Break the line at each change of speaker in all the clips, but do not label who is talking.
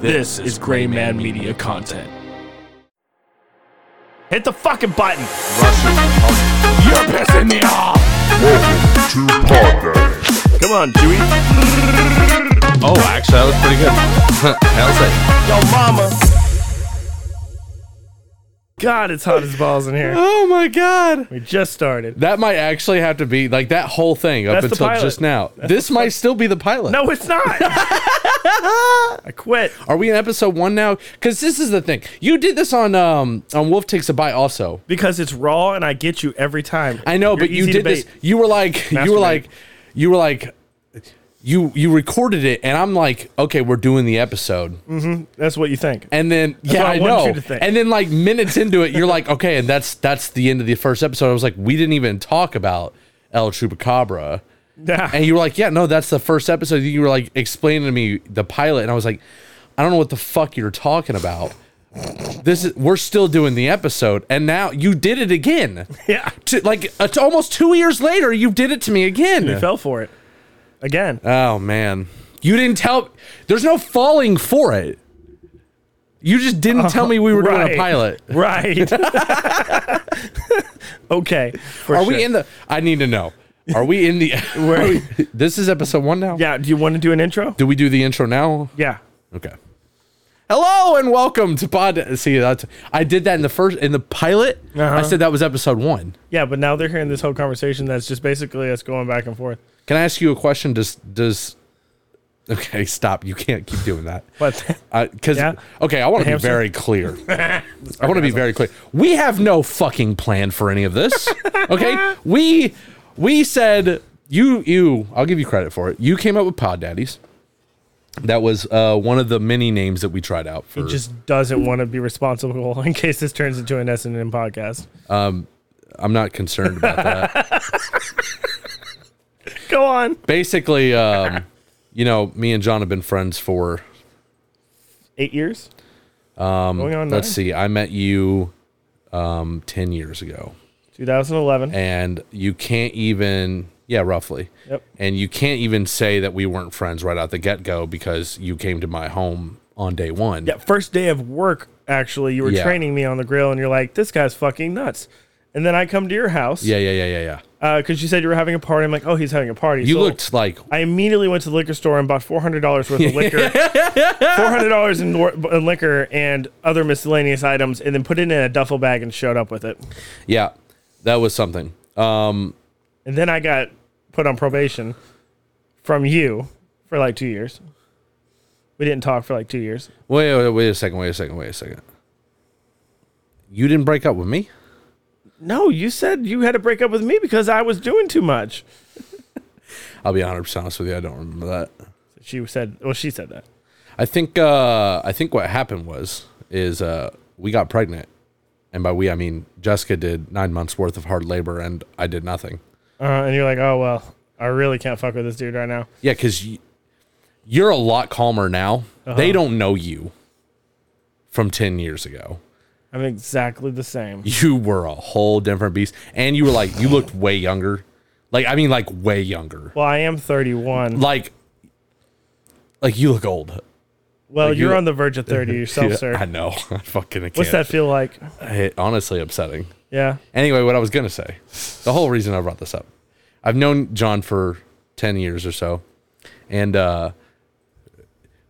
This is Gray Man Media content. Hit the fucking button. You're pissing me off.
Welcome to Podbang.
Come on, Chewy.
Oh, actually, that was pretty good. that was
Yo, mama. God, it's hot as balls in here.
Oh my god.
We just started.
That might actually have to be like that whole thing up
That's the
until
pilot.
just now. this might still be the pilot.
No, it's not. I quit.
Are we in episode one now? Because this is the thing. You did this on um on Wolf Takes a Bite also.
Because it's raw and I get you every time.
I know,
You're
but you
easy to
did this.
bait.
You were like, you were
Masturbate.
like, you were like, you you recorded it, and I'm like, okay, we're doing the episode,
That's what you think.
and then yeah,
Mm-hmm. what I
I,
wanted
know,
you to think.
and then like minutes into it, you're like, okay, and that's that's the end of the first episode. I was like, we didn't even talk about El Chupacabra.
Nah.
And you were like, yeah, no, that's the first episode. You were like explaining to me the pilot, and I was like, I don't know what the fuck you're talking about. This is we're still doing the episode, and now you did it again.
Yeah.
To, like uh, to almost two years later, you did it to me
You
again.
fell for it. Again.
oh man, you didn't tell. There's no falling for it. You just didn't tell me we were doing
right.
a pilot.
Right. okay. for
Are
sure.
we in the? I need to know. Are we in the? are we- this is episode one now.
Yeah. Do you want to do an intro?
Do we do the intro now?
Yeah.
Okay. Hello and welcome to Pod. See, that's, I did that in the first in the pilot.
Uh-huh.
I said that was episode one.
Yeah, but now they're hearing this whole conversation that's just basically us going back and forth.
Can I ask you a question? Does does okay? Stop. You can't keep doing that.
But
Because
Yeah.
okay, I want to be
hamster?
very clear. I want to be very clear. We have no fucking plan for any of this. Okay, we we said you you. I'll give you credit for it. You came up with Pod Daddies. That was uh, one of the many names that we tried out for.
he just doesn't want to be responsible in case this turns into an S&M podcast.
I'm not concerned about that.
Go on.
basically, um, you know, me and John have been friends for.
Eight years? Um, going on
Let's
nine?
see, I met you um, ten years ago,
2011.
and you can't even, yeah, roughly,
Yep.
and you can't even say that we weren't friends right out the get go because you came to my home on day one.
Yeah, first day of work, actually, you were
Yeah.
training me on the grill, and you're like, this guy's fucking nuts. And then I come to your house
Yeah, yeah, yeah, yeah, yeah.
because you said you were having a party. I'm like, oh, he's having a party.
You
So-
looked like
I immediately went to the liquor store and bought four hundred dollars worth of liquor, four hundred dollars in, wor- in liquor and other miscellaneous items, and then put it in a duffel bag and showed up with it.
yeah, that was something.
And then I got put on probation from you for like two years. We didn't talk for like two years.
Wait, wait, wait a second, wait a second, wait a second. You didn't break up with me.
No, you said you had to break up with me because I was doing too much.
I'll be 100 percent honest with you. I don't remember that.
She said, "Well, she said that."
I think uh, I think what happened was is uh, we got pregnant, and by we I mean Jessica did nine months worth of hard labor, and I did nothing.
Uh, and you're like, "Oh well, I really can't fuck with this dude right now."
Yeah, because you're a lot calmer now.
Uh-huh.
They don't know you from ten years ago.
I'm exactly the same.
You were a whole different beast, and you were like you looked way younger. Like I mean, like way younger.
Well, I am 31.
Like, like you look old.
Well,
Like,
you're
you-
on the verge of 30 yourself,
Yeah,
sir.
I know. I fucking can't.
What's that feel like?
It, honestly, upsetting.
Yeah.
Anyway, what I was going to say, the whole reason I brought this up, I've known John for 10 years or so. And uh,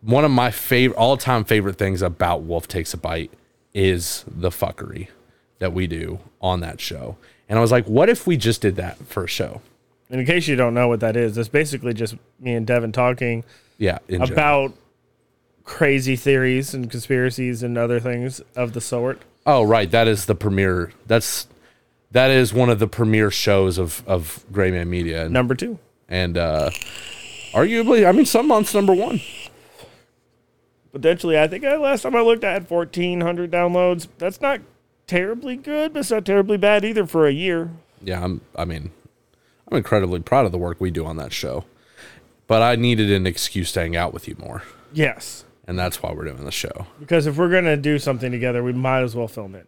one of my favorite, all time favorite things about Wolf Takes a Bite is the fuckery that we do on that show. And I was like, what if we just did that for a show?
And in case you don't know what that is, it's basically just me and Devin talking
Yeah. in general.
about crazy theories and conspiracies and other things of the sort.
Oh, right. That is the premiere. That's. That is one of the premier shows of of Gray Man Media, and,
Number two.
and uh, arguably, I mean, some months number one.
Potentially, I think I, last time I looked, I had 1,400 downloads. That's not terribly good, but it's not terribly bad either for a year.
yeah, I'm I mean, I'm incredibly proud of the work we do on that show. But I needed an excuse to hang out with you more,
Yes.
and that's why we're doing the show.
Because if we're going to do something together, we might as well film it.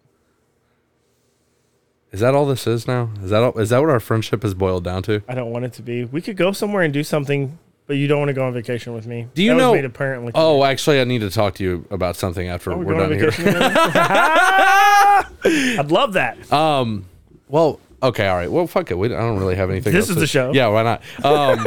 Is that all this is now? Is that all, is that what our friendship has boiled down to?
I don't want it to be. We could go somewhere and do something but you don't want to go on vacation with me.
Do you
that
know?
Was made apparently.
oh, actually, I need to talk to you about something after
we're,
we're,
going on
done here.
vacation. together? I'd love that.
Uh, Well, okay, all right. Well, fuck it. We, I don't really have anything.
This
else
is
to-
the show.
Yeah, why not? Um,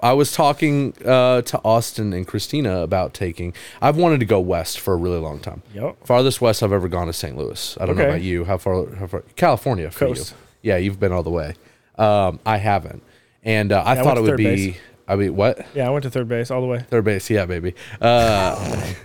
I was talking uh, to Austin and Christina about taking. I've wanted to go west for a really long time.
Yep.
Farthest west I've ever gone is St. Louis. I don't know
Okay.
about you. How far? How far? California for
Coast.
you? Yeah, you've been all the way. Um, I haven't, and uh, I
I
thought
went
it
to
would
third
be.
base.
I mean, what?
yeah, I went to third base all the way.
Third base, yeah, baby. Uh,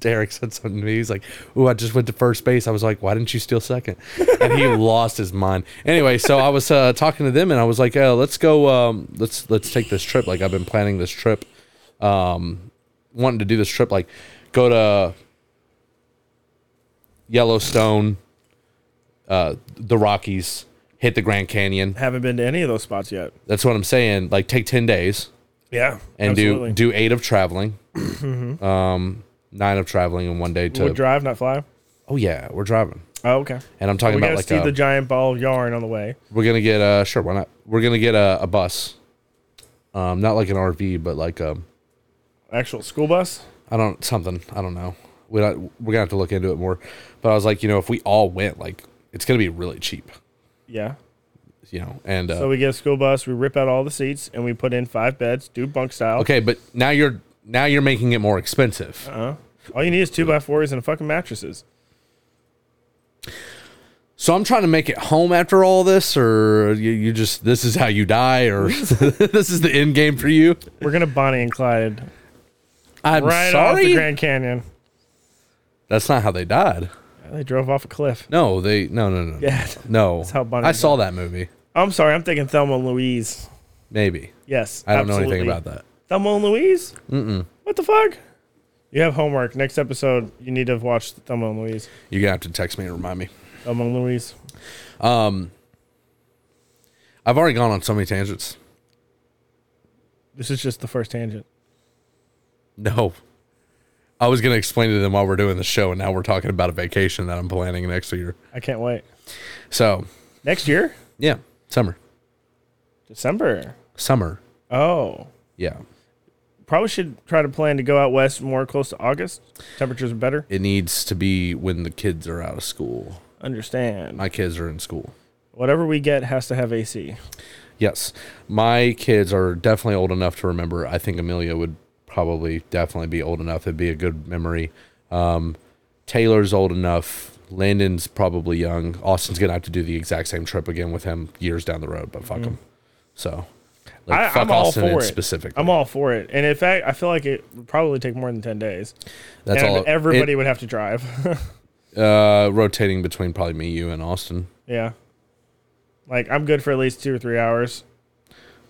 Derek said something to me. He's like, "Ooh, I just went to first base." I was like, "Why didn't you steal second? And he lost his mind. Anyway, so I was uh, talking to them, and I was like, uh, "Let's go. Um, let's let's take this trip. Like I've been planning this trip, um, wanting to do this trip. Like go to Yellowstone, uh, the Rockies, hit the Grand Canyon.
Haven't been to any of those spots yet.
That's what I'm saying. Like take ten days."
Yeah,
and
absolutely. Mm-hmm.
do do eight of traveling, um, nine of traveling, and one day to.
Would drive, not fly.
oh yeah, we're driving,
Oh, okay.
and I'm talking
We gotta
about like uh,
see
a,
the giant ball of yarn on the way.
we're gonna get uh sure why not we're gonna get a, a bus, um not like an RV but like um
Actual school bus.
I don't something I don't know we don't, we're gonna have to look into it more, but I was like you know if we all went like it's gonna be really cheap
Yeah.
you know and uh,
So we get a school bus. We rip out all the seats and we put in five beds, do bunk style.
okay but now you're now you're making it more expensive
uh-huh. All you need is two by fours and fucking mattresses.
So I'm trying to make it home after all this, or you, you just this is how you die, or this is the end game for you.
We're gonna Bonnie and Clyde
I'm
right off the
sorry,
Grand Canyon.
that's not how they died.
They drove off a cliff.
No, they no no no no.
Yeah.
no.
how Bonnie
I saw that movie.
I'm sorry. I'm thinking Thelma and Louise.
Maybe
Yes.
I don't know anything about
that.
that.
Thelma and Louise? Mm-mm. What the fuck? You have homework. Next episode, you need to watch Thelma and Louise.
You're gonna have to text me and remind me.
Thelma and Louise.
I've already gone on so many tangents.
This is just the first tangent.
No, I was gonna explain to them why we're doing the show, and now we're talking about a vacation that I'm planning next year.
I can't wait.
So
Next year?
yeah, summer,
December.
summer,
Oh.
yeah.
Probably should try to plan to go out west more close to August. Temperatures are better.
It needs to be when the kids are out of school.
Understand.
My kids are in school.
Whatever we get has to have AC.
Yes. My kids are definitely old enough to remember. I think Amelia would probably definitely be old enough. It'd be a good memory. Um, Taylor's old enough. Landon's probably young. Austin's going to have to do the exact same trip again with him years down the road, but fuck him. So,
Mm-hmm.
like,
I,
fuck
I'm all
Austin
for
in
it.
specific.
I'm all for it. And in fact, I feel like it would probably take more than 10 days.
That's
and
all.
everybody would have to drive.
It- uh, rotating between probably me, you, and Austin.
yeah. Like, I'm good for at least two or three hours.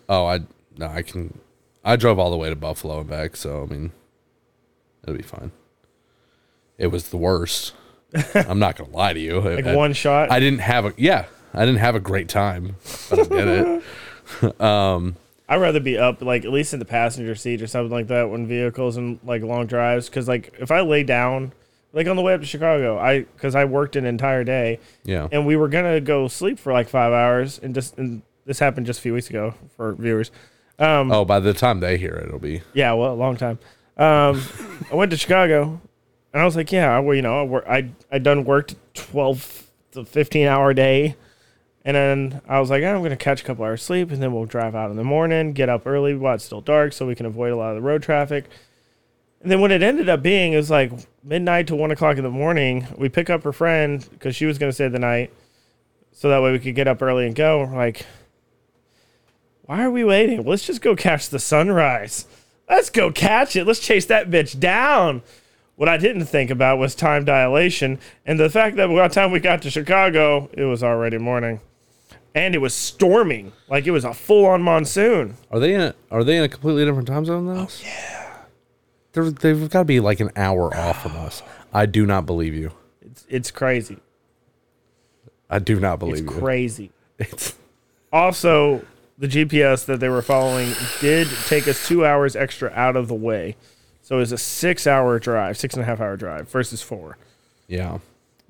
Oh, I no, I can. I drove all the way to Buffalo and back, so I mean, it'll be fine. It was the worst. I'm not gonna lie to you.
Like,
I,
one shot.
I didn't have a yeah. I didn't have a great time, but I did it.
I'd rather be up, like at least in the passenger seat or something like that, when vehicles and like long drives. Because like if I lay down, like on the way up to Chicago, I because I worked an entire day,
Yeah.
and we were gonna go sleep for like five hours, and just and this happened just a few weeks ago for viewers. Um,
Oh, by the time they hear it, it'll be
yeah, well, a long time. Um, I went to Chicago, and I was like, yeah, well, you know, I work, I I done worked twelve to fifteen hour day, and then I was like, I'm gonna catch a couple hours sleep, and then we'll drive out in the morning, get up early while it's still dark, so we can avoid a lot of the road traffic. And then what it ended up being is like midnight to one o'clock in the morning. We pick up her friend because she was gonna stay the night, so that way we could get up early and go. We're like. Why are we waiting? Let's just go catch the sunrise. Let's go catch it. Let's chase that bitch down. What I didn't think about was time dilation and the fact that by the time we got to Chicago, it was already morning. And it was storming. Like it was a full on monsoon.
Are they in a, are they in a completely different time zone
Oh,
than us? Yeah. They're, they've got to be like an hour off from us. I do not believe you.
It's, it's crazy.
I do not believe
It's
you.
crazy.
It's
Also, the GPS that they were following did take us two hours extra out of the way. So it was a six hour drive, six and a half hour drive versus four.
yeah.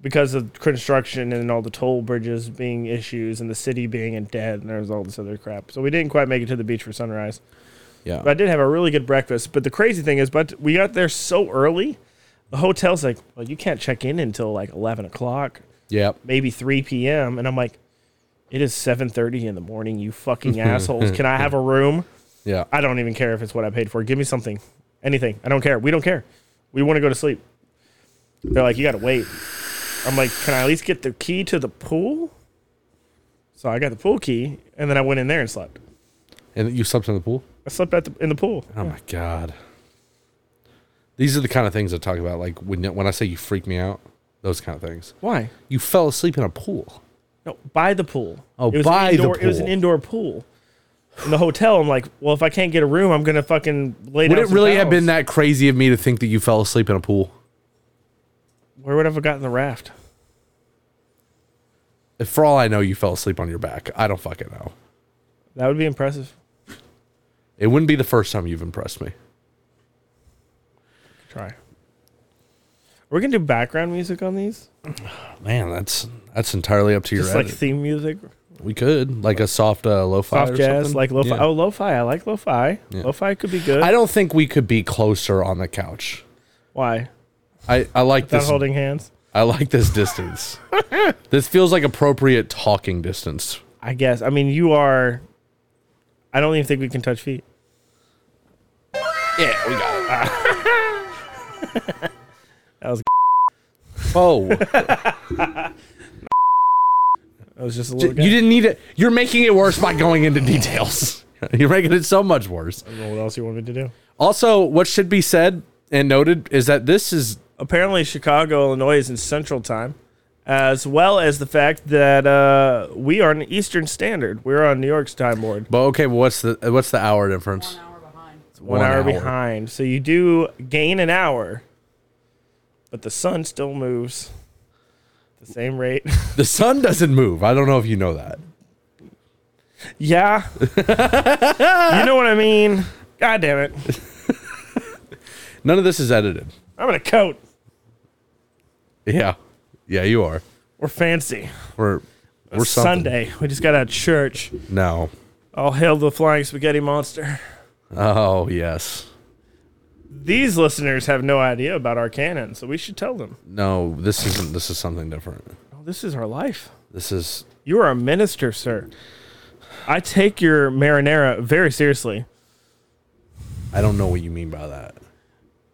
because of construction and all the toll bridges being issues and the city being in debt and there's all this other crap. So we didn't quite make it to the beach for sunrise.
Yeah.
But I did have a really good breakfast. But the crazy thing is, but we got there so early. The hotel's like, well, you can't check in until like eleven o'clock,
Yep.
maybe three p.m. And I'm like, it is seven thirty in the morning. You fucking assholes! Can I have a room?
Yeah.
I don't even care if it's what I paid for. Give me something, anything. I don't care. We don't care. We want to go to sleep. They're like, you got to wait. I'm like, can I at least get the key to the pool? So I got the pool key, and then I went in there and slept.
And you slept in the pool?
I slept at the, in the pool.
Oh my god. These are the kind of things I talk about. Like when when I say you freak me out, those kind of things.
Why?
You fell asleep in a pool.
No, by the pool.
Oh,
an
by the
indoor- It was an
pool.
indoor pool. In the hotel, I'm like, well, if I can't get a room, I'm gonna fucking lay down.
Would it
some
really have
towels.
been that crazy of me to think that you fell asleep in a pool?
Where would I have gotten the raft?
If for all I know, you fell asleep on your back. I don't fucking know.
That would be impressive.
It wouldn't be the first time you've impressed me.
Try. We're gonna do background music on these,
Man, that's that's entirely up to your
just like
edit.
theme music.
we could like a soft uh, lo-fi,
soft
or
jazz,
something.
like lo-fi.
Yeah.
Oh, lo-fi. I like lo-fi.
Yeah.
Lo-fi could be good.
I don't think we could be closer on the couch.
Why?
I I like
Not
this.
holding hands.
I like this distance. this feels like appropriate talking distance.
I guess. I mean, you are. I don't even think we can touch feet.
Yeah, we got it.
That was.
Oh,
That was just a
you
little.
didn't need it. You're making it worse by going into details. You're making it so much worse.
I don't know what else you want me to do.
Also, what should be said and noted is that this is
Apparently, Chicago, Illinois is in Central Time, as well as the fact that uh, we are on Eastern Standard. We're on New York's time board.
But okay, well, what's the what's the hour difference?
One hour behind.
one, hour, behind. So you do gain an hour, but the sun still moves the same rate.
The sun doesn't move. I don't know if you know that.
yeah. you know what I mean? God damn it.
None of this is edited.
I'm in a coat.
Yeah, yeah, you are.
We're fancy.
We're we're something.
Sunday. We just got out of church.
No.
All hail the flying spaghetti monster.
Oh yes.
These listeners have no idea about our canon, so we should tell them.
No. This isn't. This is something different.
Oh, this is our life.
This is.
You are a minister, sir. I take your marinara very seriously.
I don't know what you mean by that.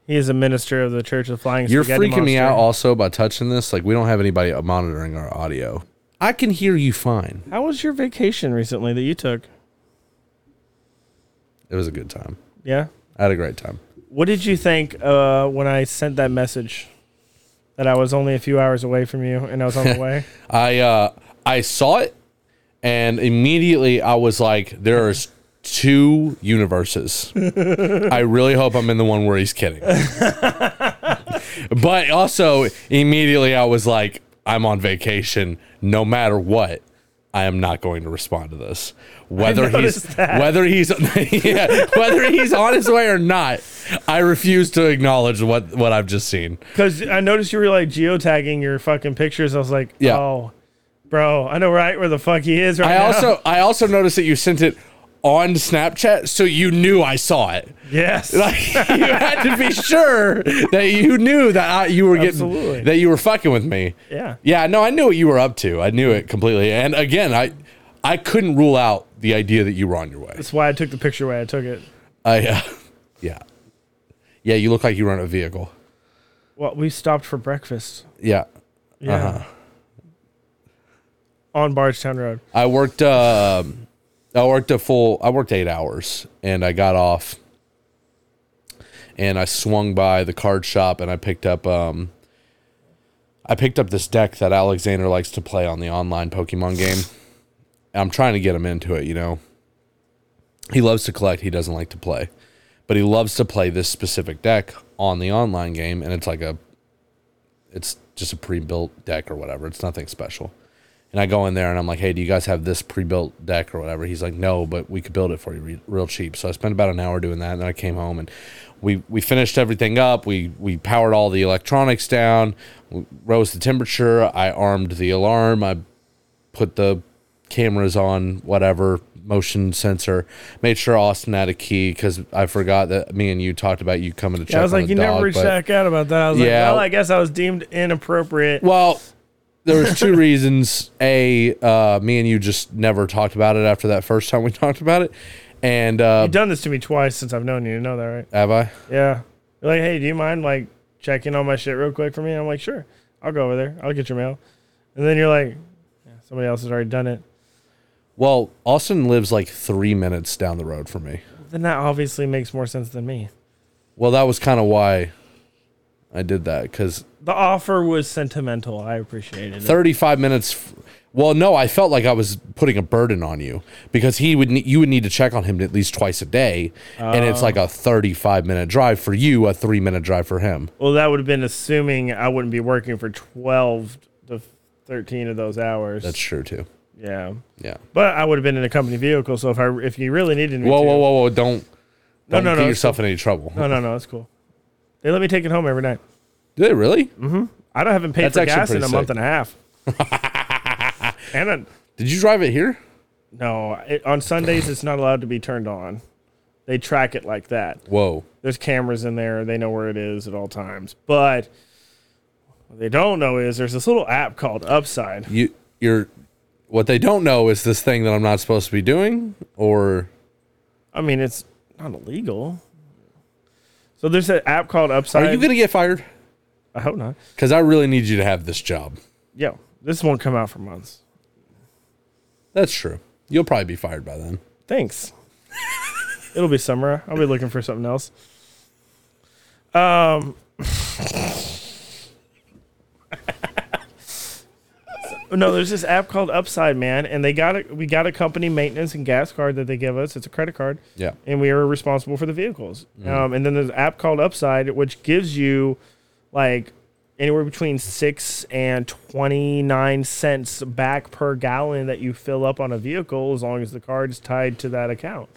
He is a minister of the Church of the Flying
You're
Spaghetti
freaking me
Monster.
out also by touching this. Like we don't have anybody monitoring our audio. I can hear you fine.
How was your vacation recently that you took?
It was a good time.
Yeah.
I had a great time.
What did you think uh, when I sent that message that I was only a few hours away from you and I was on the way?
I uh, I saw it, and immediately I was like, "There is two universes." I really hope I'm in the one where he's kidding. but also, immediately I was like, "I'm on vacation. No matter what." I am not going to respond to this. Whether he's
noticed that.
whether he's yeah, whether he's on his way or not, I refuse to acknowledge what what I've just seen.
Because I noticed you were like geotagging your fucking pictures. I was like,
Yeah.
oh, bro, I know right where the fuck he is right
I
now.
also I also noticed that you sent it on Snapchat, so you knew I saw it.
yes.
Like you had to be sure that you knew that I, you were getting
Absolutely.
that you were fucking with me.
Yeah.
Yeah. No, I knew what you were up to. I knew it completely. And again, I I couldn't rule out the idea that you were on your way.
That's why I took the picture the way I took it.
I uh, yeah yeah. You look like you were in a vehicle.
Well, we stopped for breakfast. Uh-huh.
Yeah.
Yeah. On Bargetown Road.
I worked um I worked a full I worked eight hours and I got off and I swung by the card shop and I picked up um I picked up this deck that Alexander likes to play on the online Pokemon game. I'm trying to get him into it, you know. He loves to collect, he doesn't like to play. But he loves to play this specific deck on the online game and it's like a it's just a pre-built deck or whatever. It's nothing special. And I go in there and I'm like, hey, do you guys have this pre built deck or whatever? He's like, no, but we could build it for you re- real cheap. So I spent about an hour doing that. And then I came home and we, we finished everything up. We, we powered all the electronics down, we rose the temperature. I armed the alarm. I put the cameras on, whatever, motion sensor. Made sure Austin had a key because I forgot that me and you talked about you coming to check.
I was
on
like,
the
you
dog,
never reached
but-
back out about that. I was
Yeah.
like, well, I guess I was deemed inappropriate.
Well, there was two reasons. A, uh, me and you just never talked about it after that first time we talked about it, and uh,
You've done this to me twice since I've known you. You know that, right?
have I?
Yeah. You're like, hey, do you mind like checking on my shit real quick for me? I'm like, sure. I'll go over there. I'll get your mail. And then you're like, yeah, somebody else has already done it.
Well, Austin lives like three minutes down the road from me.
Then that obviously makes more sense than me.
Well, that was kind of why I did that because
The offer was sentimental. I appreciated it.
35 minutes f- well no i felt like i was putting a burden on you because he would ne- you would need to check on him at least twice a day and it's like a 35 minute drive for you a three minute drive for him
Well, that would have been assuming I wouldn't be working for 12 to 13 of those hours.
that's true too
yeah.
yeah
But I would have been in a company vehicle. So if I if you really needed me
whoa
to.
whoa whoa whoa don't
No,
don't
no, no,
get
it's
yourself in any trouble
No, no, no. That's cool. They let me take it home every night.
do they really
I don't haven't paid
That's
for
actually
gas in a
pretty
month
sick.
and a half. and I,
did you drive it here
no, it, on Sundays it's not allowed to be turned on. They track it like that.
whoa
There's cameras in there. They know where it is at all times. But what they don't know is there's this little app called Upside.
you you're what they don't know is this thing that i'm not supposed to be doing or
I mean, it's not illegal. So there's an app called Upside.
are you gonna get fired
I hope not.
because i really need you to have this job
Yeah, this won't come out for months.
that's true you'll probably be fired by then
Thanks. It'll be summer. I'll be looking for something else. Um. No, there's this app called Upside Man, and they got a, we got a company maintenance and gas card that they give us. It's a credit card,
yeah
and we are responsible for the vehicles. Um, and then there's an app called Upside, which gives you like anywhere between six and twenty nine cents back per gallon that you fill up on a vehicle, as long as the card's tied to that account.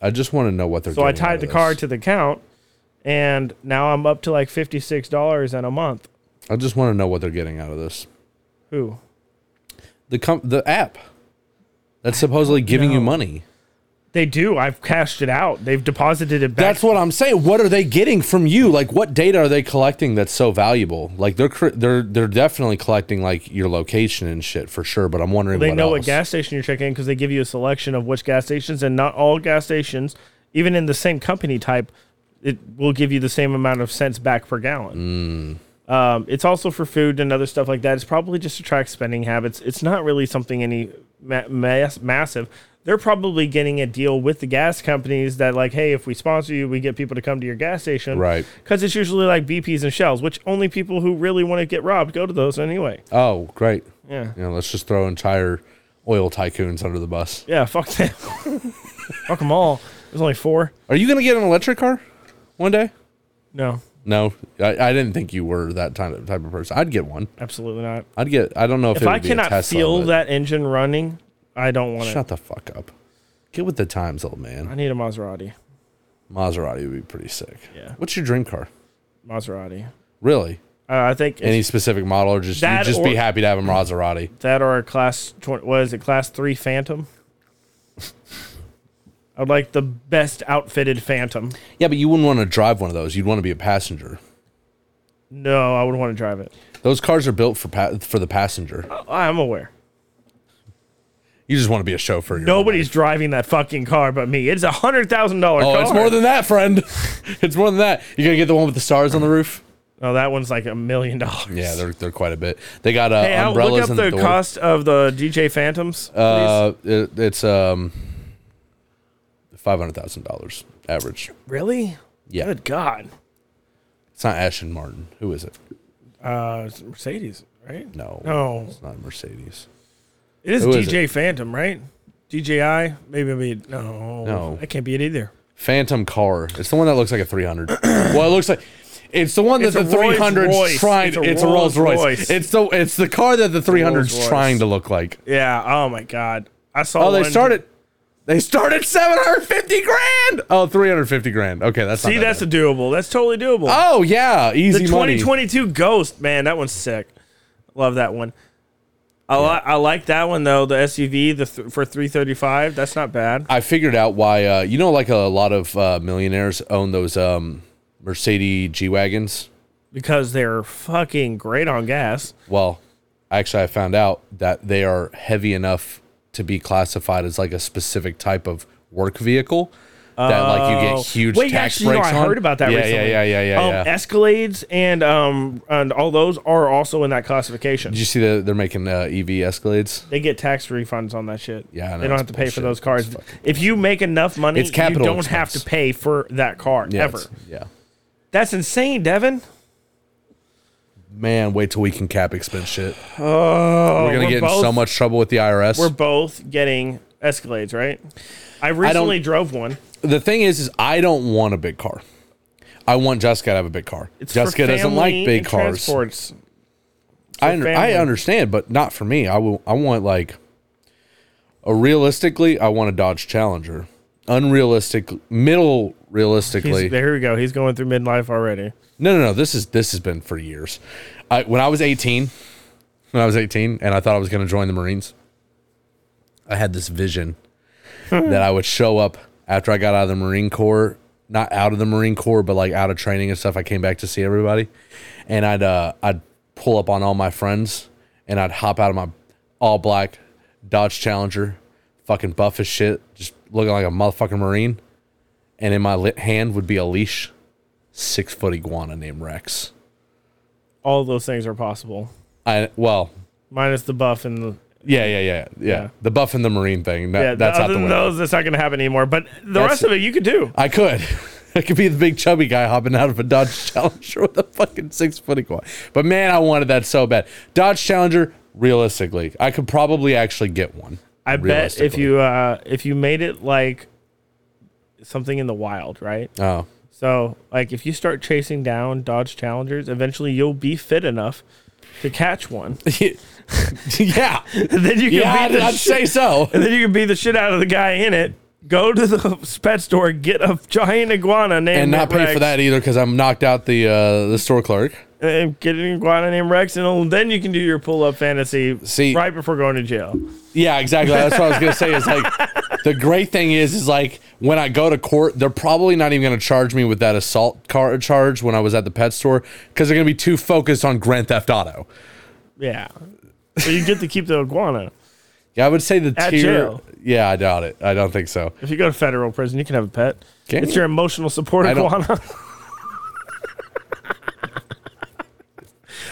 I just want to know what they're.
So I
getting out
tied
of
the
this.
card to the account, and now I'm up to like fifty six dollars in a month.
I just want to know what they're getting out of this.
Who?
The com- the app that's supposedly giving you
know.
money.
They do. I've cashed it out. They've deposited it back.
That's what I'm saying. What are they getting from you? Like, what data are they collecting that's so valuable? Like, they're cr- they're they're definitely collecting like your location and shit for sure. But I'm wondering
they
what
know
else.
what gas station you're checking in because they give you a selection of which gas stations, and not all gas stations, even in the same company type, it will give you the same amount of cents back per gallon.
Hmm.
Um, it's also for food and other stuff like that. It's probably just to track spending habits. It's not really something any ma- mass- massive. They're probably getting a deal with the gas companies that, like, hey, if we sponsor you, we get people to come to your gas station.
Right.
Because it's usually like BPs and shells, which only people who really want to get robbed go to those anyway.
Oh, great.
Yeah.
You know, let's just throw entire oil tycoons under the bus.
Yeah, fuck them. fuck them all. There's only four.
Are you gonna get an electric car one day?
No,
No, I, I didn't think you were that type of, type of person. I'd get one.
absolutely not.
I'd get. I don't know if,
If
it would
I
be a
cannot
Tesla,
feel
but-
that engine running, I don't want it.
Shut the fuck up. Get with the times, old
I
man.
need a Maserati.
Maserati would be pretty sick.
Yeah.
What's your dream car?
Maserati.
Really?
Uh, I think
Any
it's
specific model, or just
That
you'd just
or-
be happy to have a Maserati?
that or a class twenty. What is it? Class three Phantom. I'd like the best outfitted Phantom.
Yeah, but you wouldn't want to drive one of those. You'd want to be a passenger.
No, I would want to drive it.
Those cars are built for pa- for the passenger.
I- I'm aware.
You just want to be a chauffeur. your whole
Nobody's driving that fucking car but me. It's a hundred thousand dollar
life.
car.
Oh, it's more than that, friend. it's more than that. You gonna get the one with the stars on the roof?
No, that one's like a million dollars.
Yeah, they're they're quite a bit. They got uh,
Hey, Al,
umbrellas
look up
and
the
door.
cost of the DJ Phantoms. please.
Uh, it, it's um, five hundred thousand dollars average.
really?
Yeah.
Good God.
It's not Ashton Martin. Who is it?
Uh, it's Mercedes, right?
No.
No,
It's not Mercedes.
it is
Who is
DJ Phantom, right? DJI, maybe it'll be no,
No.
that can't be it either.
Phantom car. It's the one that looks like a 300. well, it looks like it's the one
It's
that the
a Rolls
300
Royce.
trying. It's a, Rolls, Royce. It's the it's the car that the 300's
Rolls Royce.
trying to look like.
Yeah. Oh my God, I saw.
Oh, they
one-
started. They started 750 grand. Oh, 350 grand. Okay, that's
See,
not that
that's a
bad.
doable. That's totally doable.
Oh yeah,
the
easy money.
2022 Ghost, man, that one's sick. Love that one. I, li- I like that one though. The SUV, the th- for three thirty five. That's not bad.
I figured out why. Uh, you know, like a lot of uh, millionaires own those um, Mercedes G wagons.
because they're fucking great on gas.
Well, actually, I found out that they are heavy enough to be classified as like a specific type of work vehicle that like you
Oh.
get huge
Wait,
tax
actually, no,
breaks
I
on.
heard about that
Yeah,
recently.
yeah, yeah, yeah, yeah.
um,
yeah.
Escalades and um and all those are also in that classification.
Did you see that they're making uh, EV Escalades?
they get tax refunds on that shit.
Yeah, I know,
they don't have
it's
to pay for
bullshit.
those cars.
It's fucking
If you make enough money,
It's capital
you don't
expense.
have to pay for that car
Yeah,
ever.
it's- Yeah.
That's insane, Devin.
Man, wait till we can cap expense shit.
Oh,
We're gonna get in so much trouble with the IRS.
We're both getting Escalades, right? I recently drove one.
the thing is, is I don't want a big car. I want Jessica to have a big car.
It's for
Jessica doesn't
family
like big
and
cars.
Transports.
I, under, I
family.
understand, but not for me. I will. I want like a realistically. I want a Dodge Challenger. Unrealistic, middle
He's-
realistically.
there we go. He's going through midlife already.
No, no, no. This is this has been for years. I, when I was eighteen, when I was eighteen, and I thought I was going to join the Marines, I had this vision that I would show up after I got out of the Marine Corps, not out of the Marine Corps, but like out of training and stuff. I came back to see everybody, and I'd uh, I'd pull up on all my friends, and I'd hop out of my all black Dodge Challenger, fucking buff as shit, just looking like a motherfucking Marine, and in my lit hand would be a leash six foot iguana named Rex.
All those things are possible,
I well,
minus the buff and the.
yeah, yeah, yeah, yeah.
Yeah.
The buff and the marine thing. That,
Yeah,
that's out
other
the
than
window.
those, that's not going to happen anymore. But the
That's-
rest of it, you could do.
I could. I could be the big chubby guy hopping out of a Dodge Challenger with a fucking six foot iguana. But man, I wanted that so bad. Dodge Challenger, realistically, I could probably actually get one.
I bet if
realistically.
you uh, if you made it like something in the wild, right?
Oh.
So, like, if you start chasing down Dodge Challengers, eventually you'll be fit enough to catch one.
yeah.
And then you can
Yeah,
beat
I'd,
the
I'd
shit.
say so.
and then you can beat the shit out of the guy in it. Go to the pet store, get a giant iguana named
And not pay
Rex,
for that either because I'm knocked out the uh, the store clerk.
And get an iguana named Rex, and then you can do your pull up fantasy.
See-
right before going to jail.
Yeah, exactly. That's what I was gonna say. Is like the great thing is, is like when I go to court, they're probably not even gonna charge me with that assault car charge when I was at the pet store because they're gonna be too focused on Grand Theft Auto.
Yeah, so you get to keep the iguana.
Yeah, I would say the
At
tier.
jail.
Yeah, I doubt it. I don't think so.
If you go to federal prison, you can have a pet.
Can
it's
you?
your emotional support
I don't-
iguana.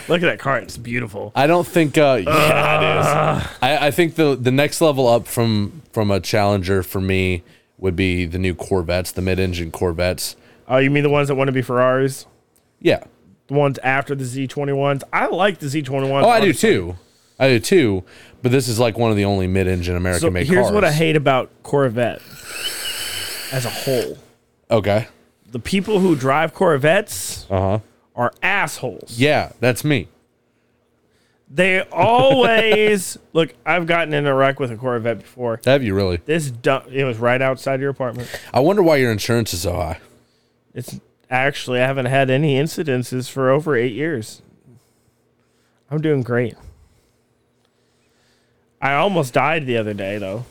Look at that cart; it's beautiful.
I don't think. Uh, yeah, it is. I, I think the the next level up from from a challenger for me would be the new Corvettes, the mid engine Corvettes.
Oh, you mean the ones that want to be Ferraris?
Yeah.
The ones after the Z21s? I like the Z21s.
Oh, I do too. I do too. But this is like one of the only mid engine American
So
made
here's
cars.
what I hate about Corvette as a whole.
Okay.
The people who drive Corvettes
Uh huh.
are assholes.
Yeah, that's me.
They always look. I've gotten in a wreck with a Corvette before.
Have you really?
This dump. It was right outside your apartment.
I wonder why your insurance is so high.
It's actually I haven't had any incidences for over eight years. I'm doing great. I almost died the other day though.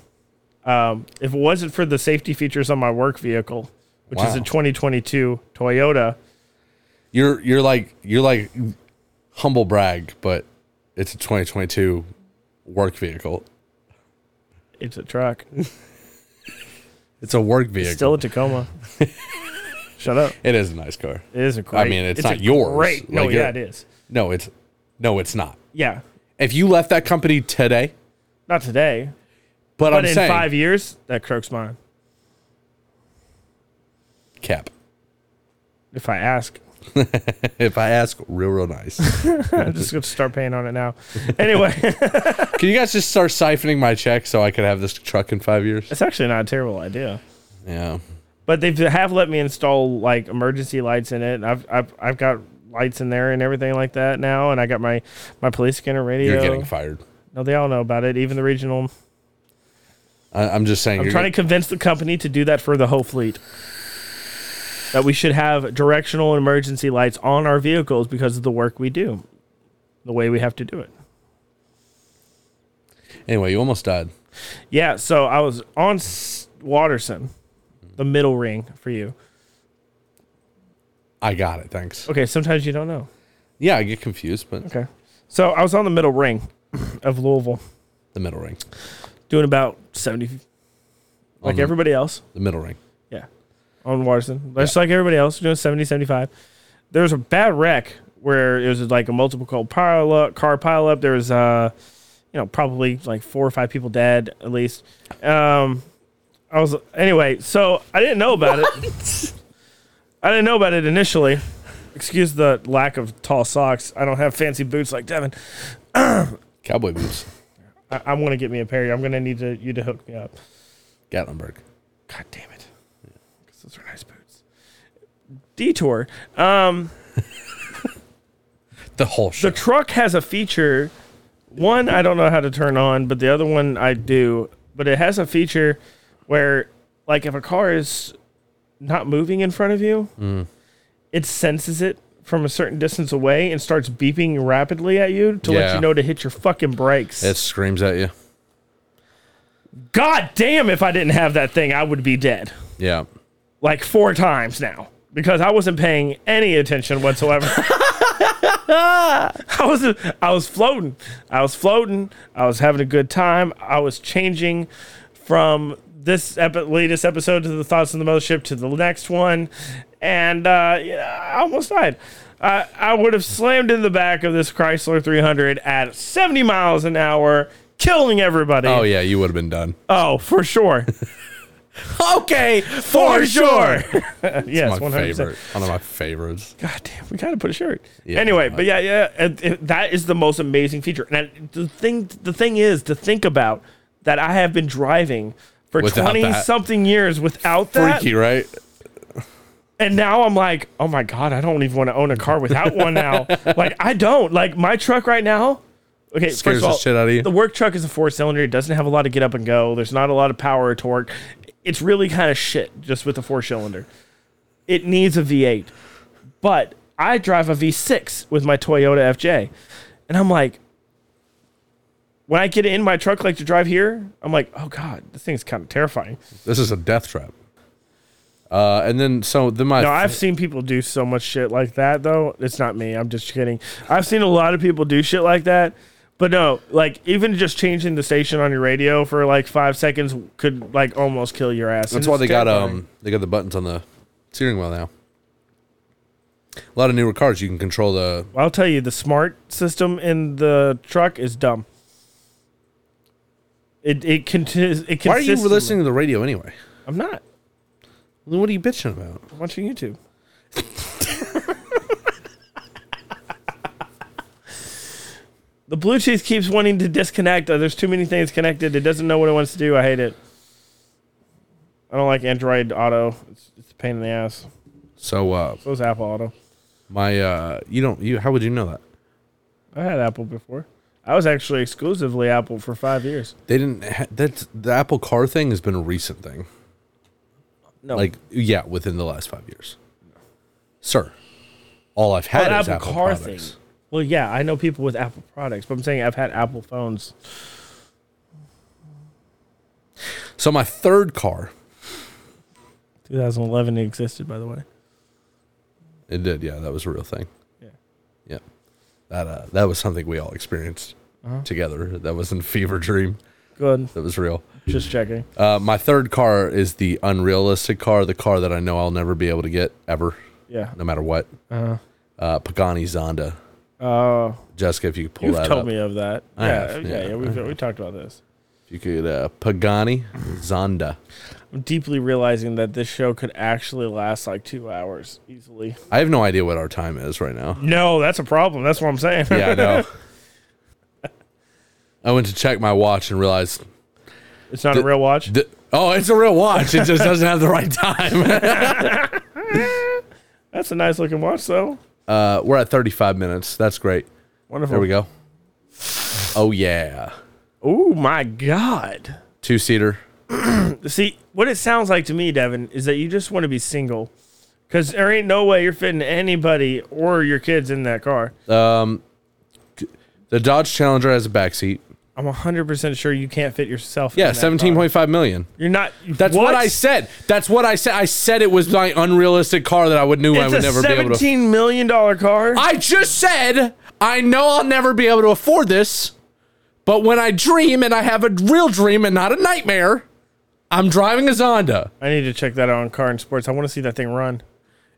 Um, if it wasn't for the safety features on my work vehicle, which is a
Wow.
2022 Toyota,
You're you're like you're like humble brag, but it's a 2022 work vehicle.
it's a truck.
It's a work vehicle.
Still a Tacoma. Shut up.
it is a nice car.
It is a great.
mean, it's not
a
yours.
Great. No,
Like,
yeah, it
it-
is.
No, it's no, it's not.
Yeah,
If you left that company today,
not today,
but,
but
I'm
in
saying
five years, that croaks mine.
cap.
If I ask,
If I ask, real real nice.
I'm just gonna start paying on it now. Anyway,
Can you guys just start siphoning my check so I could have this truck in five years?
it's actually not a terrible idea.
Yeah.
But they have let me install like emergency lights in it. and I've I've, I've got lights in there and everything like that now, and I got my my police scanner radio.
You're getting fired.
no, they all know about it. Even the regional.
I, I'm just saying.
I'm
you're
trying
get-
to convince the company to do that for the whole fleet. That we should have directional and emergency lights on our vehicles because of the work we do, the way we have to do it.
Anyway, you almost died.
Yeah, so I was on S- Waterson, the middle ring for you.
I got it. Thanks.
Okay, sometimes you don't know.
Yeah, I get confused, but
Okay. So I was on the middle ring of Louisville
the middle ring.
doing about 70, like
On the-
everybody else.
The middle ring.
Yeah. On Waterson. Just like everybody else, doing 70, 75. There was a bad wreck where it was like a multiple car pile up, car pile up. There was, uh, you know, probably like four or five people dead at least. Um, I was, anyway, so I didn't know about it. I didn't know about it initially. Excuse the lack of tall socks. I don't have fancy boots like Devin.
Cowboy boots.
I, I'm going to get me a pair. I'm going to need to, you to hook me up.
Gatlinburg.
God damn it. Because those are nice boots. Detour. Um,
The whole
the
show.
truck has a feature. One, I don't know how to turn on, but the other one I do. But it has a feature where, like, if a car is not moving in front of you, it senses it from a certain distance away and starts beeping rapidly at you to let
Yeah.
you know to hit your fucking brakes.
it screams at you.
God damn, if I didn't have that thing, I would be dead.
Yeah.
like four times now because I wasn't paying any attention whatsoever. I was I was floating. I was floating. I was having a good time. I was changing from this epi- latest episode to the thoughts of the mothership to the next one, and uh, yeah, I almost died. I I would have slammed in the back of this Chrysler 300 at 70 miles an hour, killing everybody.
Oh yeah, you would have been done.
Oh, for sure,
Okay,
for sure. yes,
My
100.
favorite. One of my favorites.
God damn, we gotta put a shirt.
Yeah,
anyway,
I-
but yeah, yeah, and it- that is the most amazing feature. And I, the thing, the thing is to think about that I have been driving for
Without
twenty
that.
something years without that,
Freaky, right?
and now I'm like, oh my god, I don't even want to own a car without one now. Like I don't like my truck right now. Okay,
Scares
first of all,
the shit out of you.
the work truck is a four cylinder. It doesn't have a lot of get up and go. There's not a lot of power or torque. It's really kind of shit just with a four cylinder. It needs a V8. But I drive a V6 with my Toyota FJ. And I'm like, when I get in my truck, like to drive here, I'm like, oh God, this thing's kind of terrifying.
This is a death trap. Uh, and then so then my
No, I've seen people do so much shit like that though. It's not me. I'm just kidding. I've seen a lot of people do shit like that. But no, like even just changing the station on your radio for like five seconds could like almost kill your ass.
that's why they got um they got the buttons on the steering wheel now. A lot of newer cars you can control the
I'll tell you, the smart system in the truck is dumb. It it conti- it
Why are you
consistently-
listening to the radio anyway?
I'm not
Then what are you bitching about?
I'm watching YouTube. the Bluetooth keeps wanting to disconnect. Uh, There's too many things connected. It doesn't know what it wants to do. I hate it. I don't like Android Auto. It's, it's a pain in the ass.
So uh
So is Apple Auto.
my uh you don't you how would you know that?
I had Apple before. I was actually exclusively Apple for five years.
They didn't ha- that's the Apple car thing has been a recent thing.
No,
Like yeah, within the last 5 years. Sir. All I've
Oh,
had
the
is
Apple,
Apple,
Car
products.
thing. Well, yeah, I know people with Apple products, but I'm saying I've had Apple phones.
So my third car
2011 it existed, by the way.
It did, yeah. That was a real thing.
Yeah.
yeah. That uh, that was something we all experienced
Uh-huh.
together. That wasn't a fever dream.
Good.
That was real.
Just checking.
Uh, my third car is the unrealistic car, the car that I know I'll never be able to get ever,
Yeah.
no matter what.
Uh-huh.
Uh, Pagani Zonda.
Oh.
Jessica, if you could pull
You've
that
told
up,
me of that.
I
yeah,
have,
yeah,
yeah,
yeah. We've, we talked about this.
if you could uh, Pagani Zonda.
I'm deeply realizing that this show could actually last like two hours easily.
I have no idea what our time is right now.
No, that's a problem. That's what I'm saying.
Yeah, I know. I went to check my watch and realized
it's not a real watch.
The- oh, it's a real watch. It just doesn't have the right time.
that's a nice looking watch, though.
Uh, we're at 35 minutes. That's great.
Wonderful.
There we go. Oh yeah,
Oh my god.
two seater.
See what it sounds like to me, Devin, is that you just want to be single, because there ain't no way you're fitting anybody or your kids in that car.
The Dodge Challenger has a back seat.
I'm 100% sure you can't fit yourself.
Yeah,
in that
seventeen
car.
point five million.
You're not.
That's what? I said. That's what I said. I said it was my unrealistic car that I would knew I
It's
would
a
never be able to.
seventeen million dollar car.
I just said I know I'll never be able to afford this, but when I dream and I have a real dream and not a nightmare, I'm driving a Zonda.
I need to check that out on Car and Sports. I want to see that thing run.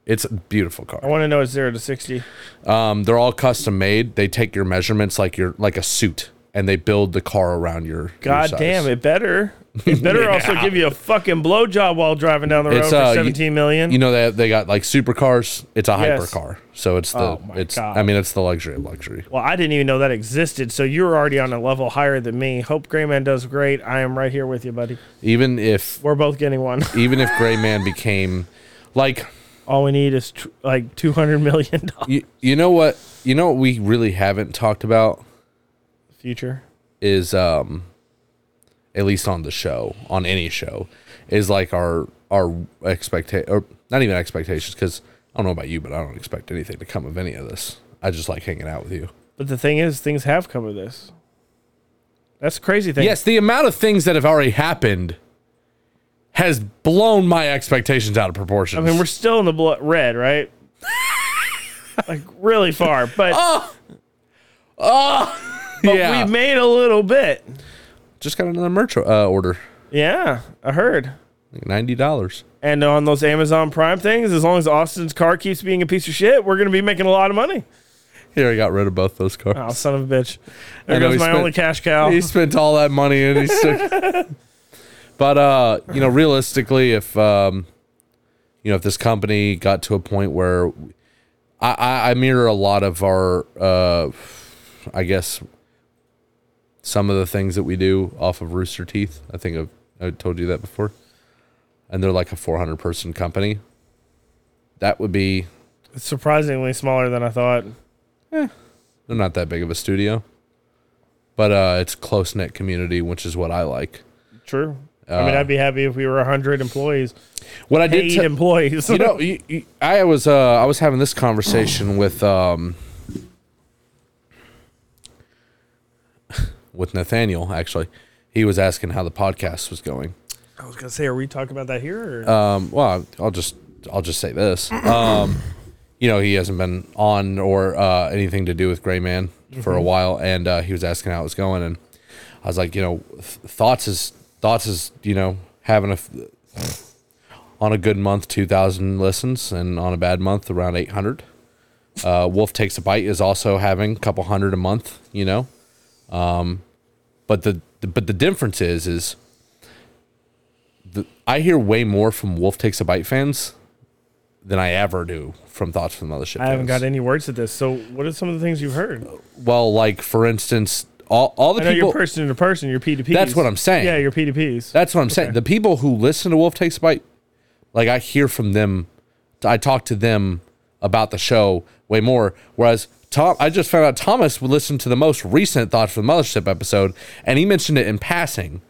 It's a beautiful
I
car.
want to know it's zero to sixty.
Um, they're all custom made. They take your measurements like your like a suit, and they build the car around your.
God damn, it better. It better also give you a fucking blowjob while driving down the road
It's,
for
uh, you-
seventeen million.
You know they they got like supercars. It's a
Yes.
hypercar, so it's the
Oh my
it's.
God.
I mean, it's the luxury of luxury.
well, I didn't even know that existed, so you're already on a level higher than me. Hope Grayman does great. I am right here with you, buddy.
Even if
We're both getting one.
even if Gray Man became like
All we need is tr- like two hundred million dollars.
you, you know what you know what we really haven't talked about
Future.
is um at least on the show on any show is like our our expectation or not even expectations because I don't know about you but I don't expect anything to come of any of this. I just like hanging out with you.
But the thing is, things have come of this. That's the crazy thing.
Yes, the amount of things that have already happened has blown my expectations out of proportion.
I mean, we're still in the blo- red, right? like really far, but
yeah.
we made a little bit.
just got another merch uh, order,
Yeah, I heard.
like ninety dollars.
And on those Amazon Prime things, as long as Austin's car keeps being a piece of shit, we're going to be making a lot of money.
Here, I got rid of both those cars.
Oh, son of a bitch. There
I know
goes
he
my
spent-
only cash cow.
He spent all that money and he still. but uh, you know, realistically, if um, you know, if this company got to a point where I, I, I mirror a lot of our, uh, I guess, some of the things that we do off of Rooster Teeth. I think I've I told you that before, and they're like a 400 person company. That would be
It's surprisingly smaller than I thought.
they're not that big of a studio, but uh, it's close knit community, which is what I like.
True. I
Uh,
mean, I'd be happy if we were 100 employees,
What I did
paid
t-
employees.
you know, you, you, I was uh, I was having this conversation with um, with Nathaniel. Actually, he was asking how the podcast was going.
I was going to say, are we talking about that here? Or?
Um, well, I'll just I'll just say this. Um, you know, he hasn't been on or uh, anything to do with Gray Man for a while, and uh, he was asking how it was going, and I was like, you know, th- thoughts is thoughts is you know having a f- on a good month two thousand listens, and on a bad month around eight hundred. Uh, Wolf takes a bite is also having a couple hundred a month, you know. Um, but the, the but the difference is is the, I hear way more from Wolf Takes a Bite fans than I ever do from Thoughts from the Mothership.
I haven't
fans.
got any words to this. So, what are some of the things you've heard?
Well, like for instance, all, all the
I know
people.
you're person to person, you're P2Ps.
That's what I'm saying.
Yeah, you're P2Ps.
that's what I'm saying. The people who listen to Wolf Takes a Bite, like I hear from them, I talk to them about the show way more. Whereas Tom, I just found out Thomas would listen to the most recent Thoughts from the Mothership episode, and he mentioned it in passing.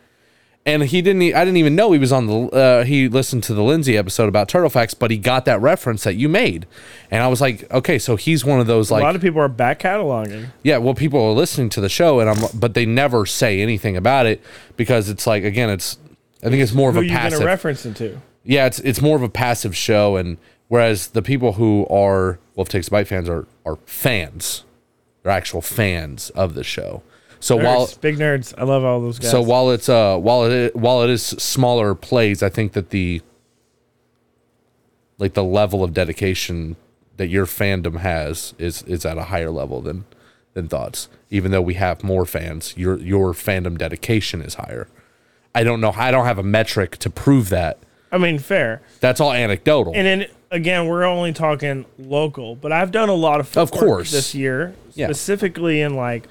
And he didn't. e- I didn't even know he was on the. Uh, he listened to the Lindsay episode about turtle facts, but he got that reference that you made, and I was like, okay, so he's one of those like
a lot of people are back cataloging.
yeah, well, people are listening to the show, and I'm, but they never say anything about it because it's like, again, it's, I think it's more of
Who
a
are you going
passive.
to reference into?
yeah, it's it's more of a passive show, and whereas the people who are Wolf Takes a Bite fans are are fans, they're actual fans of the show. So
Nerds,
while
big nerds. I love all those guys.
so while it's uh while it while it is smaller plays, I think that the like the level of dedication that your fandom has is is at a higher level than than thoughts. Even though we have more fans, your your fandom dedication is higher. I don't know. I don't have a metric to prove that.
I mean, fair.
That's all anecdotal.
And then again, we're only talking local, but I've done a lot of
Of
work
course.
this year,
Yeah.
specifically in like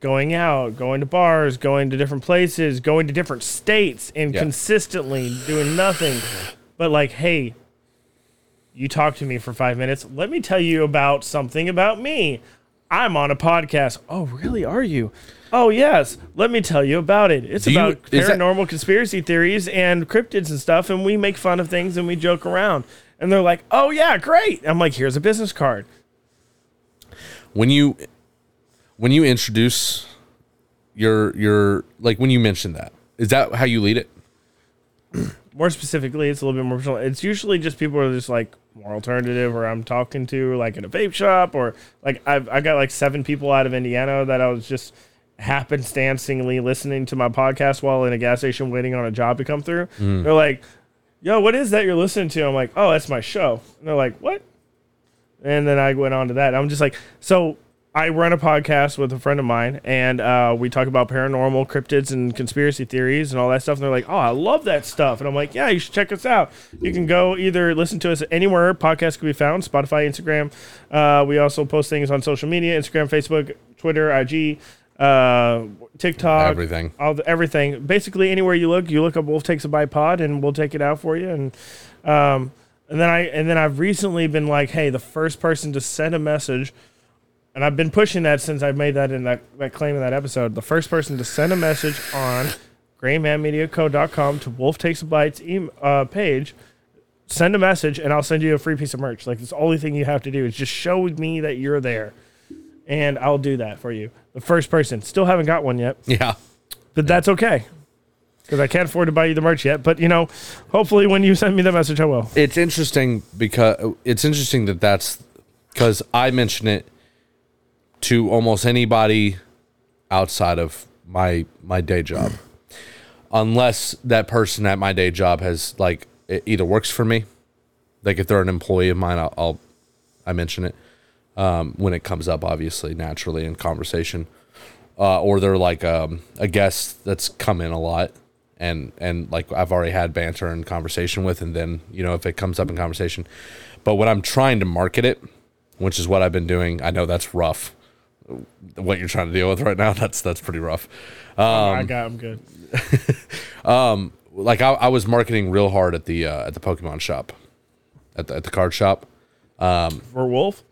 going out, going to bars, going to different places, going to different states, and
Yeah.
consistently doing nothing but like, hey, you talk to me for five minutes. Let me tell you about something about me. I'm on a podcast. Oh, really? Are you? Oh, yes. Let me tell you about it. It's
Do you-
about
is that-
paranormal conspiracy theories and cryptids and stuff, and we make fun of things and we joke around. And they're like, oh, yeah, great. I'm like, here's a business card.
when you when you introduce your your like when you mentioned that is that how you lead it?
More specifically, it's a little bit more personal. It's usually just people are just like more alternative, or I'm talking to like in a vape shop, or like I've I got like seven people out of Indiana that I was just happenstancingly listening to my podcast while in a gas station waiting on a job to come through. They're like, "Yo, what is that you're listening to?" I'm like, "Oh, that's my show." And they're like, "What?" and then I went on to that. I'm just like, so I run a podcast with a friend of mine, and uh, we talk about paranormal, cryptids, and conspiracy theories and all that stuff. And they're like, oh, I love that stuff. And I'm like, yeah, you should check us out. You can go either listen to us anywhere podcasts can be found Spotify, Instagram. Uh, we also post things on social media Instagram, Facebook, Twitter, IG. Uh, TikTok,
Everything.
all the, everything. Basically, anywhere you look, you look up Wolf Takes a Bite Pod, and we'll take it out for you. And um, and then I and then I've recently been like, hey, the first person to send a message, and I've been pushing that since I made that in that, that claim in that episode. The first person to send a message on graymanmediaco.com to Wolf Takes a Bite's em uh, page, send a message, and I'll send you a free piece of merch. Like, it's the only thing you have to do is just show me that you're there, and I'll do that for you. The first person. Still haven't got one yet
Yeah.
but that's okay because I can't afford to buy you the merch yet. But you know, hopefully when you send me the message, I will.
it's interesting because it's interesting that that's because I mention it to almost anybody outside of my my day job, unless that person at my day job has like it either works for me, like if they're an employee of mine, I'll, I'll I mention it um, when it comes up, obviously naturally in conversation, uh, or they're like um, a guest that's come in a lot and and like I've already had banter and conversation with, and then you know if it comes up in conversation. But when I'm trying to market it, which is what I've been doing, I know that's rough. What you're trying to deal with right now, that's that's pretty rough.
I got. I'm good.
Like I, I was marketing real hard at the uh, at the Pokemon shop, at the, at the card shop.
For Wolf,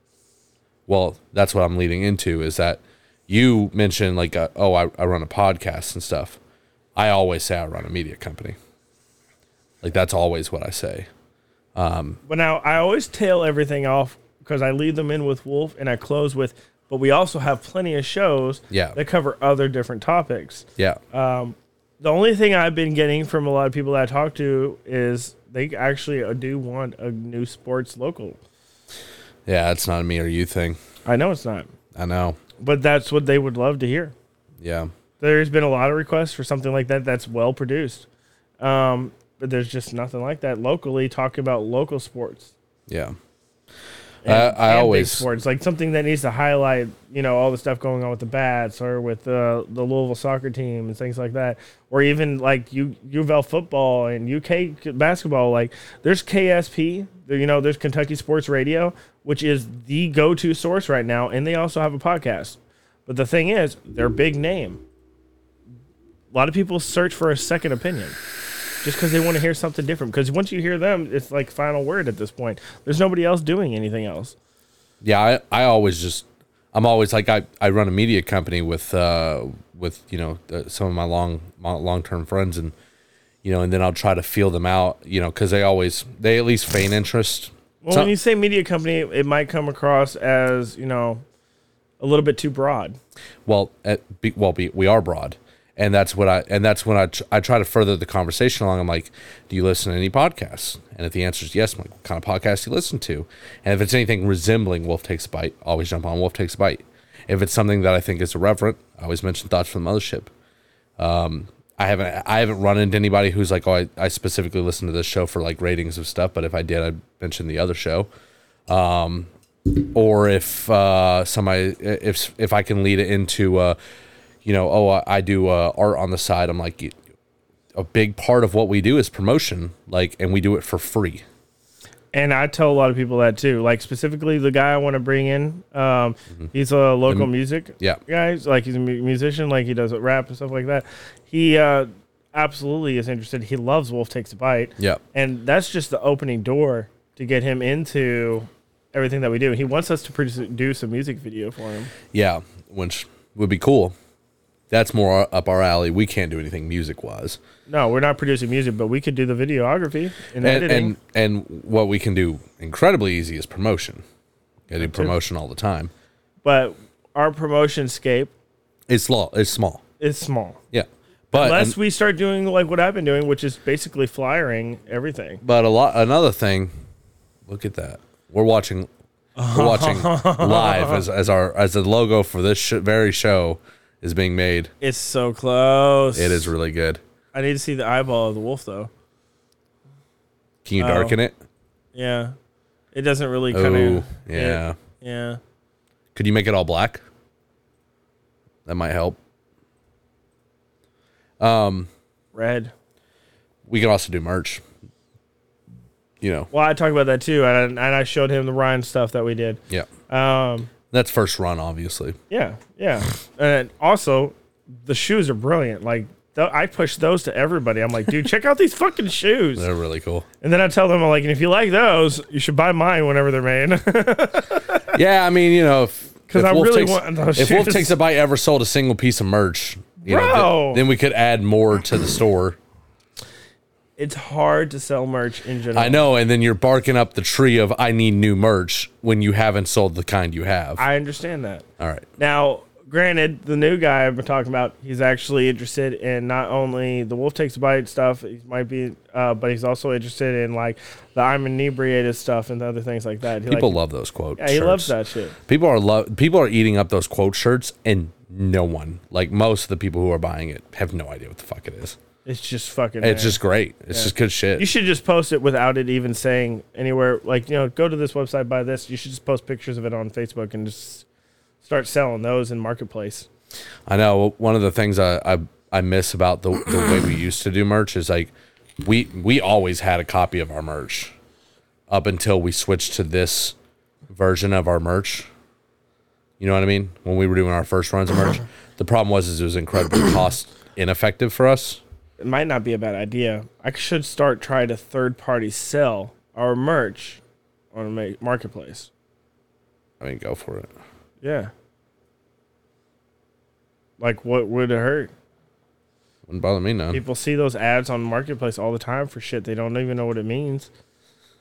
well that's what i'm leading into is that you mentioned like uh, oh I, I run a podcast and stuff i always say i run a media company like that's always what i say
but now I always tail everything off because I lead them in with Wolf and I close with. But we also have plenty of shows
Yeah.
that cover other different topics.
yeah
The only thing I've been getting from a lot of people that I talk to is they actually uh, do want a new sports local.
yeah it's not a me or you thing
I know it's not,
i know
but that's what they would love to hear.
yeah
there's been a lot of requests for something like that that's well produced um, but there's just nothing like that locally talking about local sports
yeah I- I
and big
always-
sports like something that needs to highlight you know all the stuff going on with the bats or with uh, the louisville soccer team and things like that or even like U- uval football and uk basketball like there's ksp there- you know there's kentucky sports radio which is the go-to source right now and they also have a podcast but the thing is their big name a lot of people search for a second opinion just because they want to hear something different. Because once you hear them, it's like final word at this point. There's nobody else doing anything else.
yeah i, I always just i'm always like I, I run a media company with uh with you know uh, some of my long my long-term friends and you know and then i'll try to feel them out you know because they always they at least feign interest
Well,
Some-
when you say media company, it might come across as you know a little bit too broad.
well at, be, well be, we are broad and that's what i and that's when I, tr- I try to further the conversation along i'm like do you listen to any podcasts and if the answer is yes I'm like what kind of podcast do you listen to and if it's anything resembling wolf takes a bite always jump on wolf takes a bite if it's something that i think is irreverent i always mention thoughts from the mothership um, i haven't i haven't run into anybody who's like oh I, I specifically listen to this show for like ratings of stuff but if i did i'd mention the other show or if uh, somebody if if I can lead it into uh, you know oh I, I do uh, art on the side I'm like a big part of what we do is promotion like and we do it for free
And I tell a lot of people that too. Like specifically, the guy I want to bring in, um, he's a local music
yeah.
guy. He's, Like he's a mu- musician. Like he does rap and stuff like that. He uh, absolutely is interested. He loves Wolf Takes a Bite.
Yeah.
and that's just the opening door to get him into everything that we do. He wants us to produce do some music video for him.
yeah which would be cool that's more up our alley we can't do anything music wise
No, we're not producing music, but we could do the videography and,
and,
editing.
and and what we can do incredibly easy is promotion I do promotion all the time
but our promotion scape
it's law it's small
is small.
Yeah. But
Unless
an-
we start doing like what I've been doing, which is basically flyering everything.
but a lot another thing, look at that. We're watching we're watching live as, as our as the logo for this sh- very show is being made.
It's so close.
It is really good.
I need to see the eyeball of the wolf though.
Can you darken it?
Yeah. It doesn't really
Oh,
kind of
yeah.
Yeah.
Could you make it all black? That might help.
Red.
We can also do merch. You know,
Well, I talked about that too, and I, and I showed him the Ryan stuff that we did.
yeah.
Um,
That's first run, obviously.
yeah, yeah, and also the shoes are brilliant. Like th- I push those to everybody. I'm like, dude, check out these fucking shoes.
They're really cool.
And then I tell them, I'm like, and if you like those, you should buy mine whenever they're made.
Yeah, I mean, you know, if, if
I
Wolf
really
takes,
want those
if Wolf
shoes.
takes a bite ever sold a single piece of merch, you know,
Bro.
th- then we could add more to the store.
it's hard to sell merch in general.
I know, and then you're barking up the tree of I need new merch when you haven't sold the kind you have.
I understand that.
all right.
Now, granted, the new guy I've been talking about, he's actually interested in not only the Wolf Takes a Bite stuff, he might be, uh, but he's also interested in like the I'm inebriated stuff and other things like that. He,
People
like,
love those quote.
yeah, he loves
shirts.
that shit.
People are love. People are eating up those quote shirts, and no one, like most of the people who are buying it, have no idea what the fuck it is.
It's just fucking.
It's
there.
just great. It's just good shit.
You should just post it without it even saying anywhere. Like you know, go to this website, buy this. You should just post pictures of it on Facebook and just start selling those in marketplace.
I know one of the things I I, I miss about the, the way we used to do merch is like we we always had a copy of our merch up until we switched to this version of our merch. You know what I mean? When we were doing our first runs of merch, the problem was is it was incredibly cost ineffective for us.
It might not be a bad idea. I should start trying to third party sell our merch on a ma- marketplace.
I mean, go for it.
Yeah. Like what would it hurt?
Wouldn't bother me none.
People see those ads on marketplace all the time for shit. They don't even know what it means.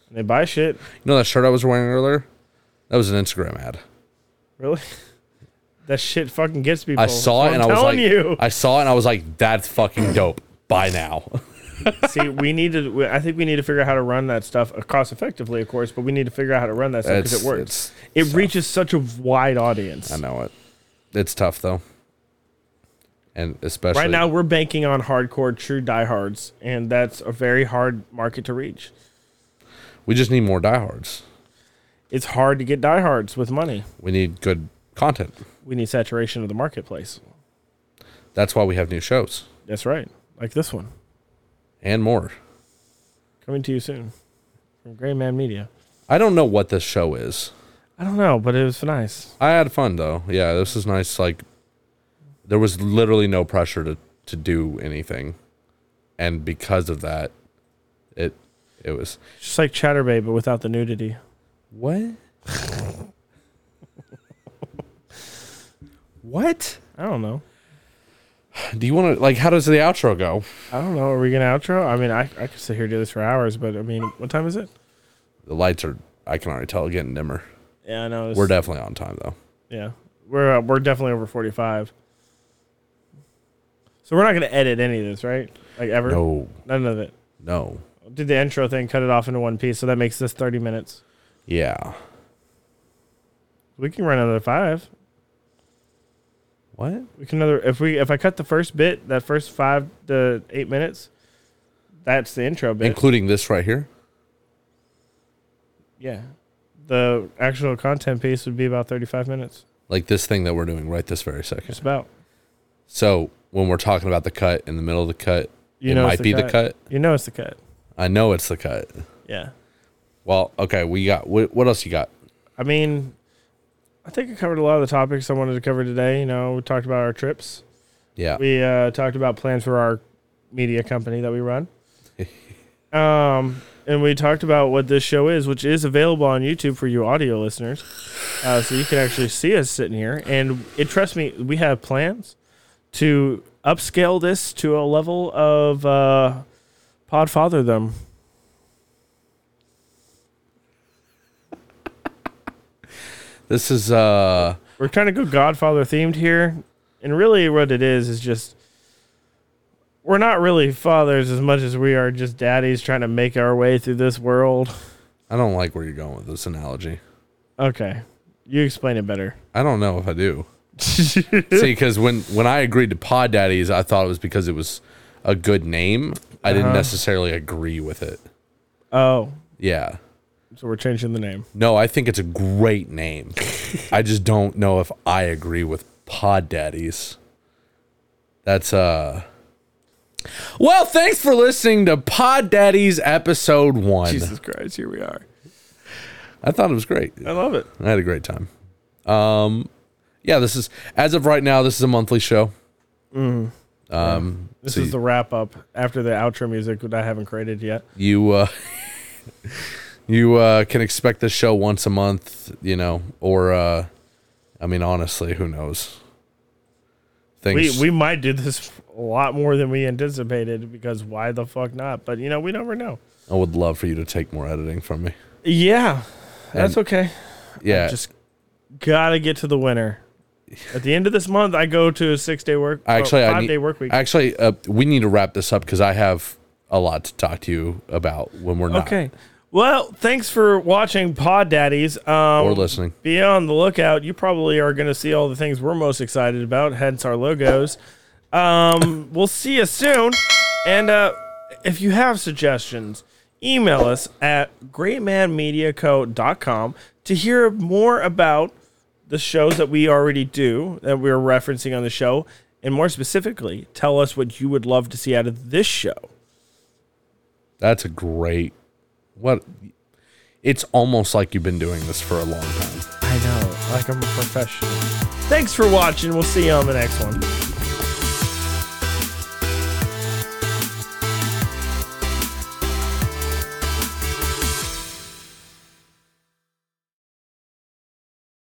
And they buy shit.
You know that shirt I was wearing earlier? That was an Instagram ad.
Really? that shit fucking gets people.
I saw it
So
and I
I'm
was like,
telling you.
I saw it and I was like, that's fucking dope. Buy now.
see, we need to. we- I think we need to figure out how to run that stuff uh, cost effectively, of course. But we need to figure out how to run that stuff because
It's-
it works.
it's
It reaches such a wide audience.
I know it. It's tough though, and especially
Right now, we're banking on hardcore, true diehards, and that's a very hard market to reach.
we just need more diehards.
It's hard to get diehards with money.
We need good content.
We need saturation of the marketplace.
That's why we have new shows
That's right, like this one
and more.
coming to you soon from Gray Man Media.
I don't know what this show is.
I don't know, but it was nice.
I had fun though. Yeah, this is nice. Like there was literally no pressure to to do anything, and because of that, it it was
Just like Chatterbait, but without the nudity.
what what
I don't know.
do you want to like how does the outro go
I don't know. Are we gonna outro? I mean, I I could sit here and do this for hours, but I mean, what time is it?
The lights are, I can already tell, getting dimmer.
Yeah, I know. it's-
We're definitely on time, though.
Yeah, we're uh, we're definitely over forty five. So we're not gonna edit any of this, right? Like ever.
No,
None of it.
no.
Did the intro thing, cut it off into one piece, so that makes this thirty minutes.
Yeah.
We can run another five.
What?
We can another if we if I cut the first bit, that first five to eight minutes, that's the intro bit.
Including this right here?
yeah, the actual content piece would be about thirty five minutes.
Like this thing that we're doing right this very
Just
second.
about.
So when we're talking about the cut in the middle of the cut,
You
it
know, it's
might be the cut.
You know, it's the cut.
I know it's the cut.
Yeah.
Well, okay, we got, what, what else you got?
I mean, I think I covered a lot of the topics I wanted to cover today. You know, we talked about our trips.
Yeah.
We uh, talked about plans for our media company that we run. um, and we talked about what this show is, which is available on YouTube for you audio listeners. Uh, so you can actually see us sitting here. And it, trust me, we have plans to upscale this to a level of uh, Podfather them.
This is, uh, uh,
We're trying to go Godfather themed here. And really, what it is is just we're not really fathers as much as we are just daddies trying to make our way through this world.
I don't like where you're going with this analogy.
Okay, you explain it better.
I don't know if I do. See, because when when I agreed to Pod Daddies, I thought it was because it was a good name. I
Uh-huh.
didn't necessarily agree with it.
Oh,
Yeah.
so we're changing the name.
No, I think it's a great name. I just don't know if I agree with Pod Daddies. That's uh Well, thanks for listening to Pod Daddies episode 1.
Jesus Christ, here we are.
I thought it was great.
I love it.
I had a great time. Um yeah, this is as of right now this is a monthly show. Um
This
so
is the wrap up after the outro music that I haven't created yet.
you uh you uh can expect this show once a month you know or uh i mean honestly who knows
We
things
we might do this a lot more than we anticipated because why the fuck not? But you know, we never know.
i would love for you to take more editing from me
Yeah, that's
And-
okay.
yeah
Just gotta get to the winter. At the end of this month, I go to a six day work.
I actually
five
I need,
day work week.
actually uh, we need to wrap this up because i have a lot to talk to you about when we're not
okay. Well, thanks for watching Pod Daddies. Um,
or listening
be on the lookout. You probably are going to see all the things we're most excited about, hence our logos. Um, we'll see you soon. And uh, if you have suggestions, email us at greatmanmediaco.com to hear more about the shows that we already do, that we're referencing on the show. And more specifically, tell us what you would love to see out of this show.
that's a great what it's almost like you've been doing this for a long time
I know, like I'm a professional. Thanks for watching. We'll see you on the next one.